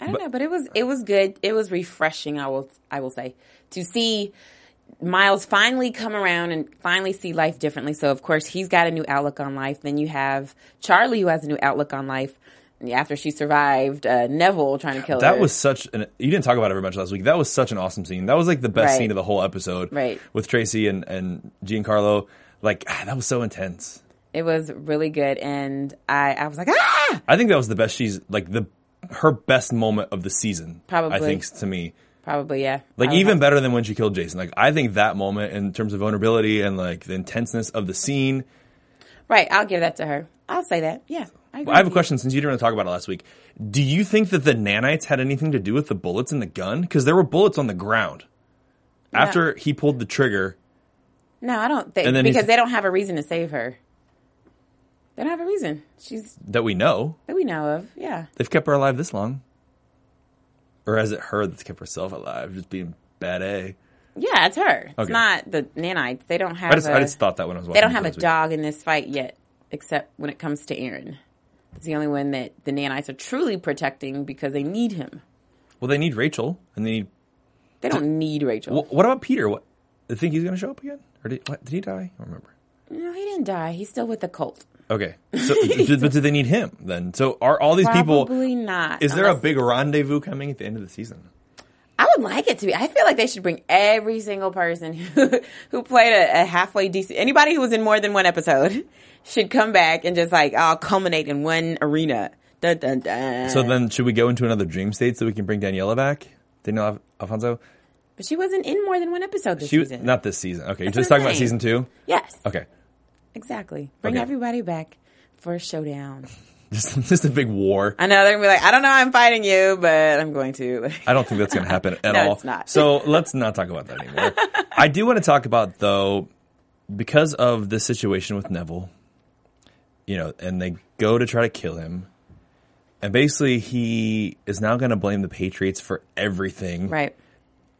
Speaker 2: I don't know, but it was it was good. It was refreshing. I will I will say to see Miles finally come around and finally see life differently. So of course he's got a new outlook on life. Then you have Charlie who has a new outlook on life. after she survived uh, Neville trying to kill her.
Speaker 3: That was such an. You didn't talk about it very much last week. That was such an awesome scene. That was like the best
Speaker 2: Right.
Speaker 3: scene of the whole episode.
Speaker 2: Right.
Speaker 3: With Tracy and and Giancarlo, like ah, that was so intense.
Speaker 2: it was really good, and I I was like ah
Speaker 3: I think that was the best. She's like the her best moment of the season. I
Speaker 2: Probably.
Speaker 3: think to me,
Speaker 2: probably yeah
Speaker 3: like
Speaker 2: I would
Speaker 3: even
Speaker 2: have-
Speaker 3: better than when she killed Jason. Like I think that moment in terms of vulnerability and like the intenseness of the scene.
Speaker 2: right I'll give that to her I'll say that yeah I, agree
Speaker 3: I have a
Speaker 2: with you.
Speaker 3: question since you didn't really talk about it last week. Do you think that the nanites had anything to do with the bullets in the gun? Because there were bullets on the ground after he pulled the trigger.
Speaker 2: No, I don't think
Speaker 3: And then
Speaker 2: because
Speaker 3: he's-
Speaker 2: they don't have a reason to save her. They don't have a reason. She's
Speaker 3: that we know.
Speaker 2: that we know of. Yeah.
Speaker 3: They've kept her alive this long. Or is it her that's kept herself alive, just being bad A?
Speaker 2: Yeah, it's her. It's
Speaker 3: Okay.
Speaker 2: not the nanites. They don't have
Speaker 3: I just,
Speaker 2: a,
Speaker 3: I just thought that when I was watching.
Speaker 2: they don't have a
Speaker 3: last week.
Speaker 2: dog in this fight yet, except when it comes to Aaron. It's the only one that the nanites are truly protecting because they need him.
Speaker 3: Well, they need Rachel, and they need.
Speaker 2: They don't need Rachel.
Speaker 3: Wh- What about Peter? What? They think he's going to show up again, or did, what, did he die? I don't remember.
Speaker 2: no, he didn't die. He's still with the cult.
Speaker 3: Okay, so do- but do they need him then? So are all these people?
Speaker 2: Probably not.
Speaker 3: Is there a
Speaker 2: unless-
Speaker 3: big rendezvous coming at the end of the season?
Speaker 2: I would like it to be. I feel like they should bring every single person who, who played a, a halfway decent. Anybody who was in more than one episode should come back and just like all culminate in one arena. Dun dun dun.
Speaker 3: So then, should we go into another dream state so we can bring Daniela back? Daniela Al- Alfonso.
Speaker 2: but she wasn't in more than one episode this
Speaker 3: She was
Speaker 2: season.
Speaker 3: not this season. Okay, you're
Speaker 2: That's
Speaker 3: just
Speaker 2: what
Speaker 3: talking
Speaker 2: I'm
Speaker 3: about
Speaker 2: saying.
Speaker 3: season two.
Speaker 2: yes,
Speaker 3: Okay,
Speaker 2: exactly. Bring
Speaker 3: Okay.
Speaker 2: everybody back for a showdown.
Speaker 3: just just a big war.
Speaker 2: I know they're gonna be like, I don't know, I'm fighting you, but I'm going to. Like,
Speaker 3: I don't think that's going to happen at
Speaker 2: No,
Speaker 3: all.
Speaker 2: it's not.
Speaker 3: So let's not talk about that anymore. I do want to talk about though, because of the situation with Neville, you know, and they go to try to kill him, and basically he is now going to blame the Patriots for everything.
Speaker 2: right,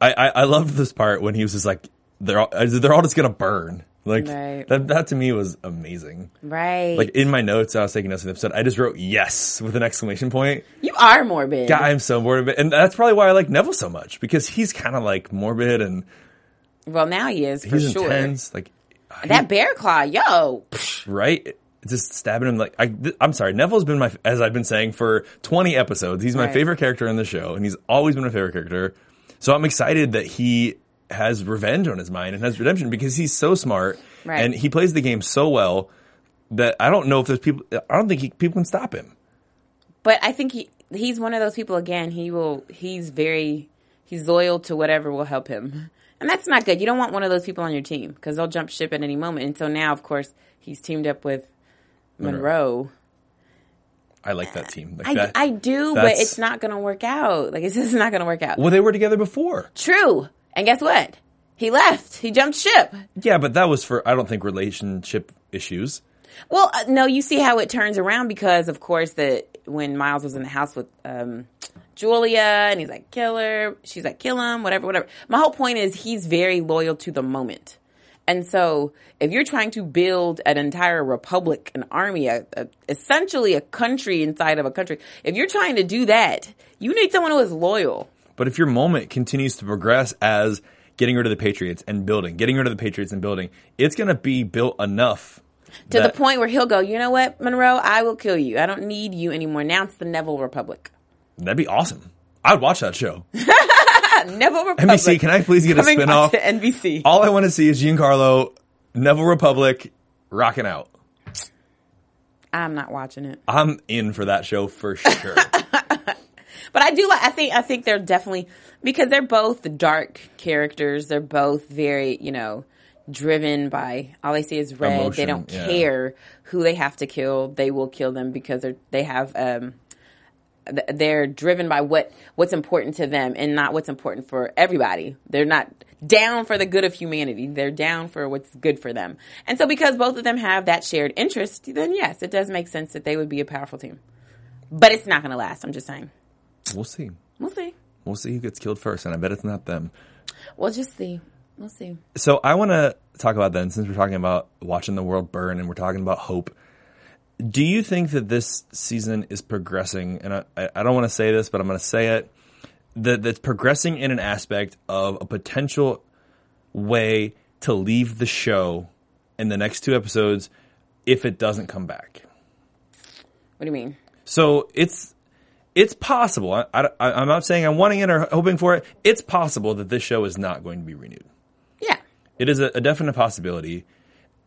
Speaker 3: I I, I loved this part when he was just like, they're all, uh, they're all just going to burn. Like
Speaker 2: Right.
Speaker 3: that that to me was amazing.
Speaker 2: right.
Speaker 3: Like in my notes, I was taking notes in the episode. I just wrote yes with an exclamation point.
Speaker 2: you are morbid.
Speaker 3: God, I'm so bored of it, and that's probably why I like Neville so much because he's kind of like morbid and
Speaker 2: well, now he is for
Speaker 3: he's
Speaker 2: sure.
Speaker 3: intense. Like
Speaker 2: That bear claw, yo.
Speaker 3: right, just stabbing him. Like I, th- I'm sorry, Neville's been my as I've been saying for 20 episodes. He's my
Speaker 2: Right.
Speaker 3: favorite character in the show, and he's always been my favorite character. So I'm excited that he has revenge on his mind and has redemption because he's so smart
Speaker 2: Right.
Speaker 3: and he plays the game so well that I don't know if there's people. I don't think he, people can stop him.
Speaker 2: but I think he he's one of those people again. He will he's very he's loyal to whatever will help him, and that's not good. You don't want one of those people on your team because they'll jump ship at any moment. And so now, of course, he's teamed up with Monroe.
Speaker 3: I like that team. Like
Speaker 2: Uh, I,
Speaker 3: that-
Speaker 2: I do, but
Speaker 3: that's-
Speaker 2: it's not going to work out. Like it's just not going to work out.
Speaker 3: Well, they were together before.
Speaker 2: True, and guess what? He left. He jumped ship.
Speaker 3: Yeah, but that was for I don't think relationship issues.
Speaker 2: Well, uh, no, you see how it turns around because, of course, that when Miles was in the house with um, Julia and he's like, kill her, she's like, kill him, whatever, whatever. My whole point is he's very loyal to the moment. And so if you're trying to build an entire republic, an army, a, a, essentially a country inside of a country, if you're trying to do that, you need someone who is loyal.
Speaker 3: But if your moment continues to progress as getting rid of the Patriots and building, getting rid of the Patriots and building, it's going to be built enough
Speaker 2: To
Speaker 3: that-
Speaker 2: the point where he'll go, you know what, Monroe, I will kill you. I don't need you anymore. Now it's the Neville Republic.
Speaker 3: That'd be awesome. I'd watch that show.
Speaker 2: Neville Republic.
Speaker 3: NBC, can I please get a
Speaker 2: coming
Speaker 3: spinoff?
Speaker 2: onto NBC.
Speaker 3: All I want to see is Giancarlo, Neville Republic, rocking out.
Speaker 2: I'm not watching it.
Speaker 3: I'm in for that show for sure.
Speaker 2: But I do like I think I think they're definitely because they're both dark characters. They're both very, you know, driven by all they see is red.
Speaker 3: Emotion,
Speaker 2: they don't
Speaker 3: yeah.
Speaker 2: care who they have to kill. They will kill them because they're they have um th- they're driven by what what's important to them and not what's important for everybody. They're not down for the good of humanity. They're down for what's good for them. And so because both of them have that shared interest, then yes, it does make sense that they would be a powerful team. But it's not going to last. I'm just saying.
Speaker 3: we'll see.
Speaker 2: We'll see.
Speaker 3: We'll see who gets killed first, and I bet it's not them.
Speaker 2: We'll just see. We'll see.
Speaker 3: So I want to talk about then, since we're talking about watching the world burn and we're talking about hope. Do you think that this season is progressing? And I, I I don't want to say this, but I'm going to say it. That that's progressing in an aspect of a potential way to leave the show in the next two episodes if it doesn't come back.
Speaker 2: What do you mean?
Speaker 3: So it's it's possible. I, I, I'm not saying I'm wanting it or hoping for it. It's possible that this show is not going to be renewed.
Speaker 2: Yeah.
Speaker 3: It is a, a definite possibility.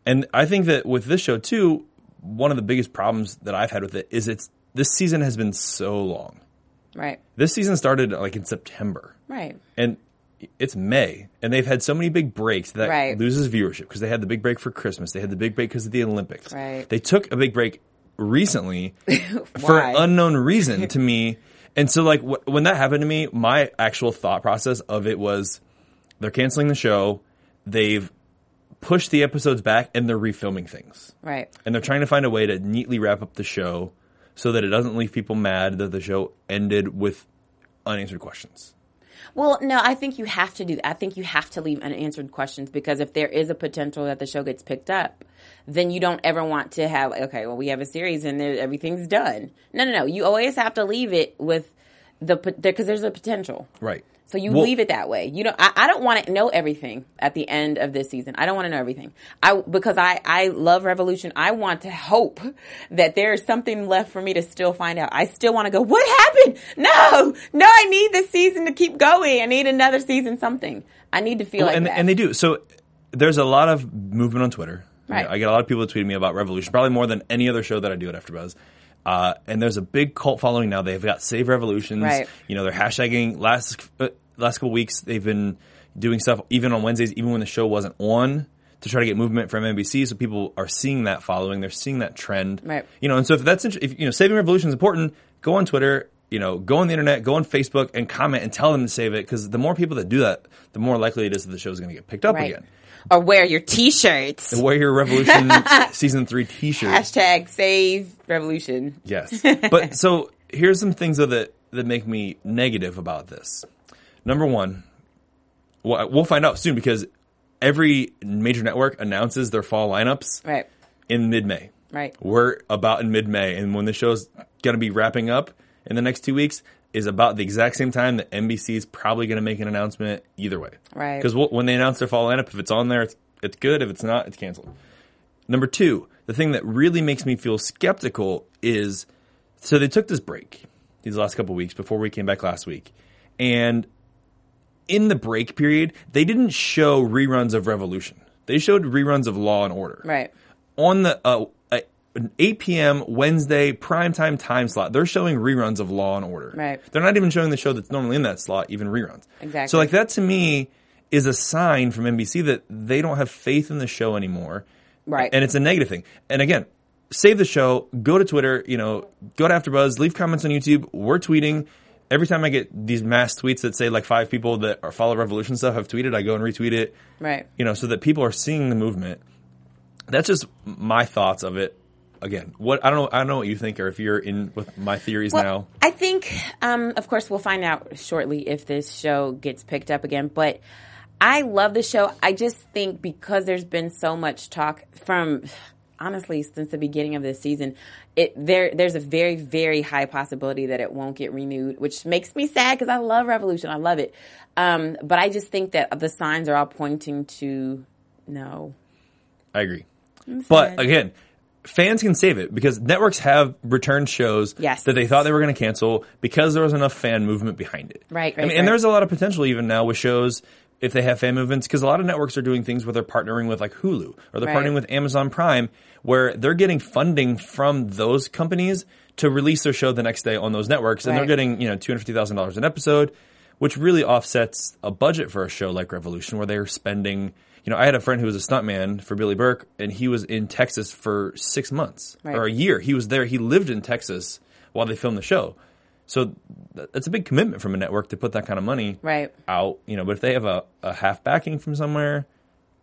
Speaker 3: And I think that with this show too, one of the biggest problems that I've had with it is it's this season has been so long.
Speaker 2: Right.
Speaker 3: This season started like in September.
Speaker 2: Right.
Speaker 3: And it's May, and they've had so many big breaks that
Speaker 2: Right.
Speaker 3: loses viewership because they had the big break for Christmas, they had the big break because of the Olympics.
Speaker 2: Right.
Speaker 3: They took a big break recently for an
Speaker 2: Why?
Speaker 3: unknown reason to me, and so like wh- when that happened to me, my actual thought process of it was they're canceling the show, they've pushed the episodes back, and they're refilming things
Speaker 2: Right.
Speaker 3: and they're trying to find a way to neatly wrap up the show so that it doesn't leave people mad that the show ended with unanswered questions.
Speaker 2: Well, no, I think you have to do that. I think you have to leave unanswered questions because if there is a potential that the show gets picked up, then you don't ever want to have, like, okay, well, we have a series and there, everything's done. No, no, no. You always have to leave it with the, because there, 'cause there's a potential.
Speaker 3: Right.
Speaker 2: So you
Speaker 3: Well-
Speaker 2: leave it that way. You know, I, I don't want to know everything at the end of this season. I don't want to know everything. I because I I love Revolution. I want to hope that there is something left for me to still find out. I still want to go. What happened? No, no. I need this season to keep going. I need another season. Something. I need to feel like
Speaker 3: and
Speaker 2: that.
Speaker 3: and they do. So there's a lot of movement on Twitter. You know,
Speaker 2: Right.
Speaker 3: I get a lot of people tweeting me about Revolution, probably more than any other show that I do at AfterBuzz. Uh, and there's a big cult following now. They've got Save Revolutions.
Speaker 2: Right.
Speaker 3: You know, they're hashtagging last uh, last couple weeks. They've been doing stuff even on Wednesdays, even when the show wasn't on, to try to get movement from NBC. So people are seeing that following. They're seeing that trend.
Speaker 2: Right.
Speaker 3: You know, and so if that's int- if you know saving revolution is important, go on Twitter. You know, go on the internet, go on Facebook, and comment and tell them to save it because the more people that do that, the more likely it is that the show is going to get picked up
Speaker 2: right.
Speaker 3: again.
Speaker 2: Or wear your T-shirts.
Speaker 3: Wear your Revolution season three T-shirt.
Speaker 2: Hashtag Save Revolution.
Speaker 3: Yes. But so here's some things though that that make me negative about this. Number one, wh- we'll find out soon because every major network announces their fall lineups
Speaker 2: Right.
Speaker 3: in mid-May.
Speaker 2: Right.
Speaker 3: We're about in mid-May, and when the show's going to be wrapping up in the next two weeks is about the exact same time that NBC is probably going to make an announcement either way.
Speaker 2: Right.
Speaker 3: Because when they announce their fall lineup, if it's on there, it's, it's good. If it's not, it's canceled. Number two, the thing that really makes me feel skeptical is so they took this break these last couple weeks before we came back last week, and in the break period, they didn't show reruns of Revolution. They showed reruns of Law and Order
Speaker 2: Right.
Speaker 3: on the uh, uh, an 8 p.m. Wednesday primetime time slot, they're showing reruns of Law and Order.
Speaker 2: Right.
Speaker 3: They're not even showing the show that's normally in that slot, even reruns.
Speaker 2: Exactly.
Speaker 3: So, like that to me is a sign from NBC that they don't have faith in the show anymore.
Speaker 2: Right.
Speaker 3: And it's a negative thing. And again, save the show. Go to Twitter. You know, go to AfterBuzz. Leave comments on YouTube. We're tweeting. Every time I get these mass tweets that say like five people that are follow Revolution stuff have tweeted, I go and retweet it
Speaker 2: Right.
Speaker 3: you know, so that people are seeing the movement. That's just my thoughts of it. Again, what I don't know, I don't know what you think, or if you're in with my theories now.
Speaker 2: I think, um, of course, we'll find out shortly if this show gets picked up again. But I love the show. I just think because there's been so much talk from, honestly, since the beginning of this season, it there there's a very very high possibility that it won't get renewed, which makes me sad because I love Revolution. I love it. Um, but I just think that the signs are all pointing to no.
Speaker 3: I agree, but again, fans can save it because networks have returned shows
Speaker 2: Yes.
Speaker 3: that they thought they were going to cancel because there was enough fan movement behind it.
Speaker 2: Right,
Speaker 3: I
Speaker 2: right,
Speaker 3: mean, and
Speaker 2: right.
Speaker 3: there's a lot of potential even now with shows if they have fan movements because a lot of networks are doing things where they're partnering with like Hulu or they're
Speaker 2: Right.
Speaker 3: partnering with Amazon Prime where they're getting funding from those companies to release their show the next day on those networks and they're
Speaker 2: Right.
Speaker 3: getting you know two hundred fifty thousand dollars an episode, which really offsets a budget for a show like Revolution where they're spending. You know, I had a friend who was a stuntman for Billy Burke, and he was in Texas for six months
Speaker 2: Right.
Speaker 3: or a year. He was there. He lived in Texas while they filmed the show. So th- that's a big commitment from a network to put that kind of money
Speaker 2: Right.
Speaker 3: out. You know, but if they have a, a half backing from somewhere,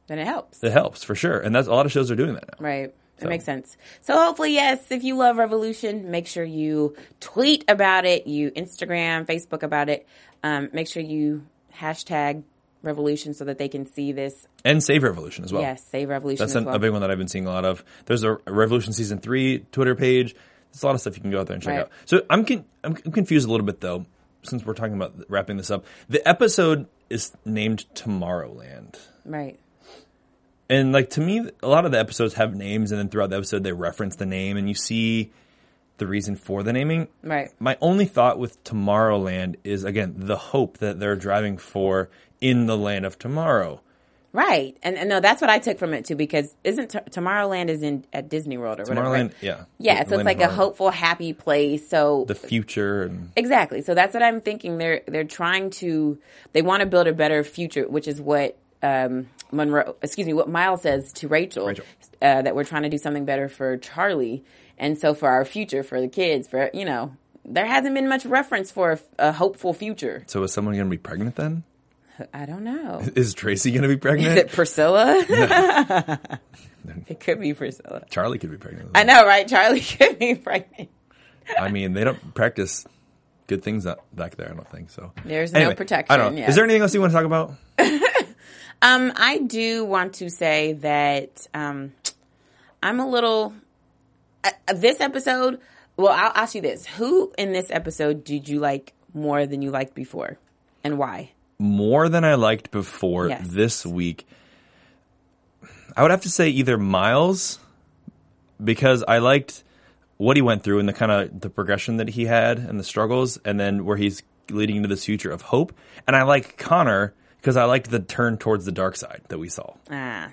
Speaker 2: Then it helps.
Speaker 3: that helps for sure. And that's a lot of shows are doing that now.
Speaker 2: Right. That
Speaker 3: So.
Speaker 2: makes sense. So hopefully, yes, if you love Revolution, make sure you tweet about it, you Instagram, Facebook about it. Um, make sure you hashtag Revolution so that they can see this.
Speaker 3: And Save Revolution as well.
Speaker 2: yes, save Revolution
Speaker 3: That's
Speaker 2: as
Speaker 3: an,
Speaker 2: well.
Speaker 3: a big one that I've been seeing a lot of. There's a Revolution Season Three Twitter page. There's a lot of stuff you can go out there and check
Speaker 2: Right.
Speaker 3: out. So I'm con- I'm I'm confused a little bit though, since we're talking about wrapping this up. The episode is named Tomorrowland,
Speaker 2: right.
Speaker 3: and like to me, a lot of the episodes have names, and then throughout the episode they reference the name, and you see the reason for the naming.
Speaker 2: Right.
Speaker 3: My only thought with Tomorrowland is again the hope that they're driving for in the land of tomorrow.
Speaker 2: Right. And, and no, that's what I took from it too, because isn't t- Tomorrowland is in at Disney World or whatever?
Speaker 3: Tomorrowland,
Speaker 2: right?
Speaker 3: yeah.
Speaker 2: Yeah.
Speaker 3: The
Speaker 2: So it's
Speaker 3: land of
Speaker 2: like a
Speaker 3: tomorrow.
Speaker 2: hopeful, happy place. So
Speaker 3: The future and
Speaker 2: Exactly. So that's what I'm thinking. They're they're trying to they want to build a better future, which is what um, Monroe, excuse me, what Miles says to Rachel, Uh, that we're trying to do something better for Charlie, and so for our future, for the kids, for you know, there hasn't been much reference for a, a hopeful future.
Speaker 3: so is someone going to be pregnant then?
Speaker 2: I don't know.
Speaker 3: Is Tracy going to be
Speaker 2: Is
Speaker 3: pregnant?
Speaker 2: it Priscilla? it could be Priscilla.
Speaker 3: Charlie could be pregnant.
Speaker 2: I know, right? Charlie could be pregnant.
Speaker 3: I mean, they don't practice good things up- back there. I don't think so.
Speaker 2: There's no
Speaker 3: I don't
Speaker 2: protection,
Speaker 3: know.
Speaker 2: yeah.
Speaker 3: Is there anything else you want to talk about?
Speaker 2: Um, I do want to say that um, I'm a little. Uh, this episode, well, I'll ask you this: Who in this episode did you like more than you liked before, and why?
Speaker 3: More than I liked before
Speaker 2: Yes.
Speaker 3: this week. I would have to say either Miles, because I liked what he went through and the kind of the progression that he had and the struggles, and then where he's leading into this future of hope. And I like Connor because I liked the turn towards the dark side that we saw.
Speaker 2: Ah,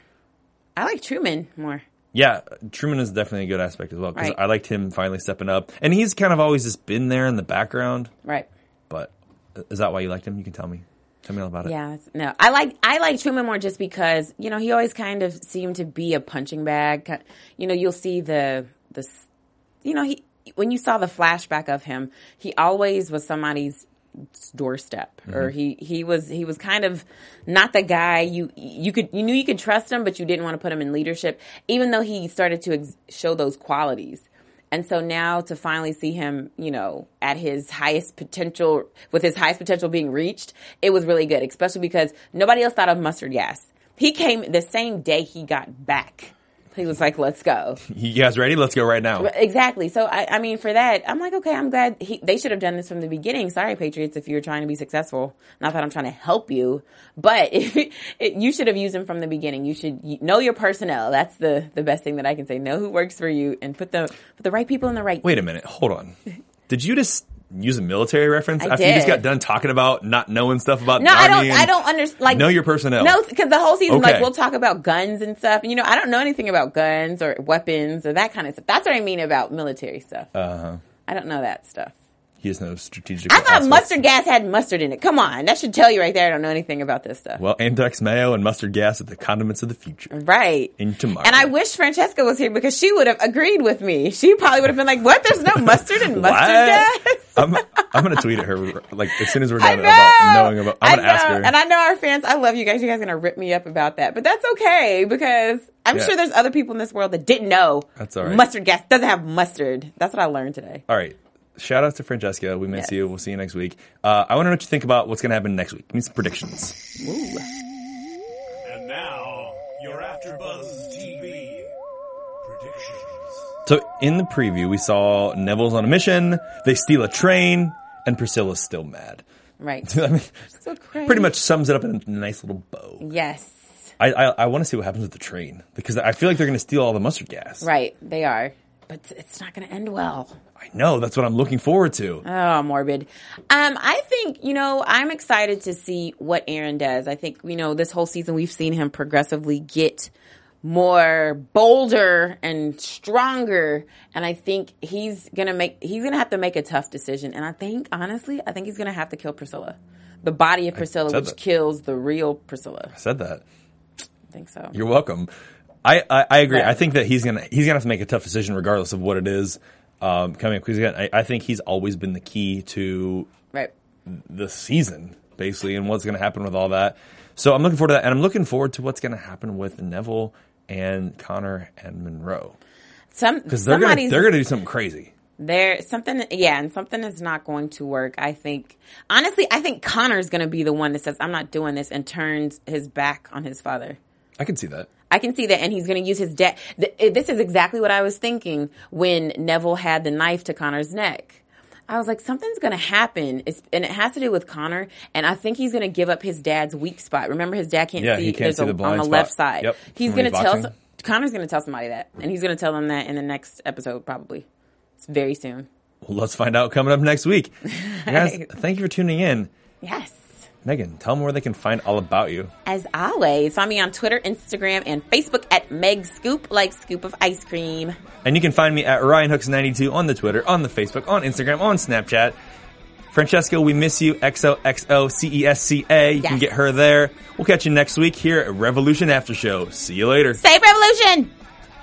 Speaker 2: I like Truman more.
Speaker 3: Yeah, Truman is definitely a good aspect as well because
Speaker 2: Right.
Speaker 3: I liked him finally stepping up, and he's kind of always just been there in the background.
Speaker 2: Right?
Speaker 3: But uh, is that why you liked him? You can tell me. Tell me all about it.
Speaker 2: Yeah. that's- No, I like I like Truman more just because you know he always kind of seemed to be a punching bag. Ki- You know, you'll see the the s- you know he when you saw the flashback of him, he always was somebody's doorstep or he he was he was kind of not the guy you you could you knew you could trust him but you didn't want to put him in leadership even though he started to ex- show those qualities and so now to finally see him you know at his highest potential with his highest potential being reached it was really good especially because nobody else thought of mustard gas he came the same day he got back he was like let's go
Speaker 3: You guys ready? Let's go right now.
Speaker 2: Exactly. So I, I mean, for that, I'm like, okay, I'm glad he, they should have done this from the beginning. Sorry, Patriots, if you're trying to be successful. Not that I'm trying to help you, but it, you should have used them from the beginning. You should y- know your personnel. That's the the best thing that I can say. Know who works for you and put the put the right people in the right.
Speaker 3: Wait a minute. Hold on. Did you just use a military reference
Speaker 2: I
Speaker 3: after you just got
Speaker 2: did.
Speaker 3: done talking about not knowing stuff about
Speaker 2: No,
Speaker 3: the
Speaker 2: I
Speaker 3: army?
Speaker 2: don't.
Speaker 3: and-
Speaker 2: I don't understand. Like,
Speaker 3: Know your personnel.
Speaker 2: No, because the whole season,
Speaker 3: Okay.
Speaker 2: like, we'll talk about guns and stuff. You know, I don't know anything about guns or weapons or that kind of stuff. That's what I mean about military stuff. Uh-huh. I don't know that stuff.
Speaker 3: He just knows strategic.
Speaker 2: I thought
Speaker 3: aspects.
Speaker 2: mustard gas had mustard in it. Come on, that should tell you right there. I don't know anything about this stuff.
Speaker 3: Well, Amdex mayo and mustard gas are the condiments of the future.
Speaker 2: right.
Speaker 3: In tomorrow.
Speaker 2: And I wish Francesca was here because she would have agreed with me. She probably would have been like, "What? There's no mustard in mustard
Speaker 3: What?
Speaker 2: gas."
Speaker 3: I'm, I'm gonna tweet at her like as soon as we're
Speaker 2: I
Speaker 3: done
Speaker 2: know.
Speaker 3: about knowing about. I'm
Speaker 2: I
Speaker 3: gonna ask
Speaker 2: know.
Speaker 3: her.
Speaker 2: And I know our fans. I love you guys. You guys are gonna rip me up about that, but that's okay because I'm
Speaker 3: Yeah.
Speaker 2: sure there's other people in this world that didn't know
Speaker 3: That's all right.
Speaker 2: mustard gas doesn't have mustard. That's what I learned today.
Speaker 3: All right. Shout out to Francesca. We miss
Speaker 2: Yes.
Speaker 3: you. We'll see you next week. Uh, I want to know what you think about what's going to happen next week. Give me some predictions.
Speaker 5: And now, your AfterBuzz TV predictions.
Speaker 3: So in the preview, we saw Neville's on a mission. They steal a train, and Priscilla's still mad.
Speaker 2: Right.
Speaker 3: I mean,
Speaker 2: so crazy.
Speaker 3: pretty much sums it up in a nice little bow.
Speaker 2: Yes.
Speaker 3: I I, I want to see what happens with the train because I feel like they're going to steal all the mustard gas.
Speaker 2: Right. They are. But it's not going to end well.
Speaker 3: I know. That's what I'm looking forward to.
Speaker 2: Oh, morbid. Um, I think, you know, I'm excited to see what Aaron does. I think, you know, this whole season we've seen him progressively get more bolder and stronger. And I think he's going to make, he's going to have to make a tough decision. And I think, honestly, I think he's going to have to kill Priscilla. The body of Priscilla,
Speaker 3: said
Speaker 2: which
Speaker 3: that.
Speaker 2: kills the real Priscilla.
Speaker 3: I said that.
Speaker 2: I think so.
Speaker 3: You're welcome. I, I, I agree.
Speaker 2: Yeah.
Speaker 3: I think that he's gonna he's gonna have to make a tough decision regardless of what it is um, coming up. Because again, I, I think he's always been the key to
Speaker 2: right.
Speaker 3: the season basically, and what's gonna happen with all that. So I'm looking forward to that, and I'm looking forward to what's gonna happen with Neville and Connor and Monroe
Speaker 2: Some,
Speaker 3: because they're gonna
Speaker 2: somebody's-
Speaker 3: they're gonna do something crazy.
Speaker 2: There something yeah, and something is not going to work. I think honestly, I think Connor's gonna be the one that says, I'm not doing this and turns his back on his father.
Speaker 3: I can see that.
Speaker 2: I can see that, and he's going to use his debt. Th- eh, this is exactly what I was thinking when Neville had the knife to Connor's neck. I was like, something's going to happen, it's, and it has to do with Connor. And I think he's going to give up his dad's weak spot. Remember, his dad can't
Speaker 3: Yeah,
Speaker 2: see.
Speaker 3: he can't
Speaker 2: there's
Speaker 3: see
Speaker 2: a-
Speaker 3: the blind
Speaker 2: on the
Speaker 3: spot.
Speaker 2: left side.
Speaker 3: Yep,
Speaker 2: He's
Speaker 3: from when
Speaker 2: going
Speaker 3: he's
Speaker 2: to tell.
Speaker 3: boxing.
Speaker 2: Connor's going to tell somebody that, and he's going to tell them that in the next episode, probably. It's very soon.
Speaker 3: Well, let's find out coming up next week. You Guys, thank you for tuning in.
Speaker 2: Yes.
Speaker 3: Megan, tell them where they can find all about you.
Speaker 2: As always, find me on Twitter, Instagram, and Facebook at Meg Scoop, like scoop of ice cream.
Speaker 3: And you can find me at RyanHooks92 on the Twitter, on the Facebook, on Instagram, on Snapchat. Francesco, we miss you. XOXO CESCA. You can
Speaker 2: Yes.
Speaker 3: get her there. We'll catch you next week here at Revolution After Show. See you later.
Speaker 2: Save Revolution!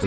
Speaker 6: The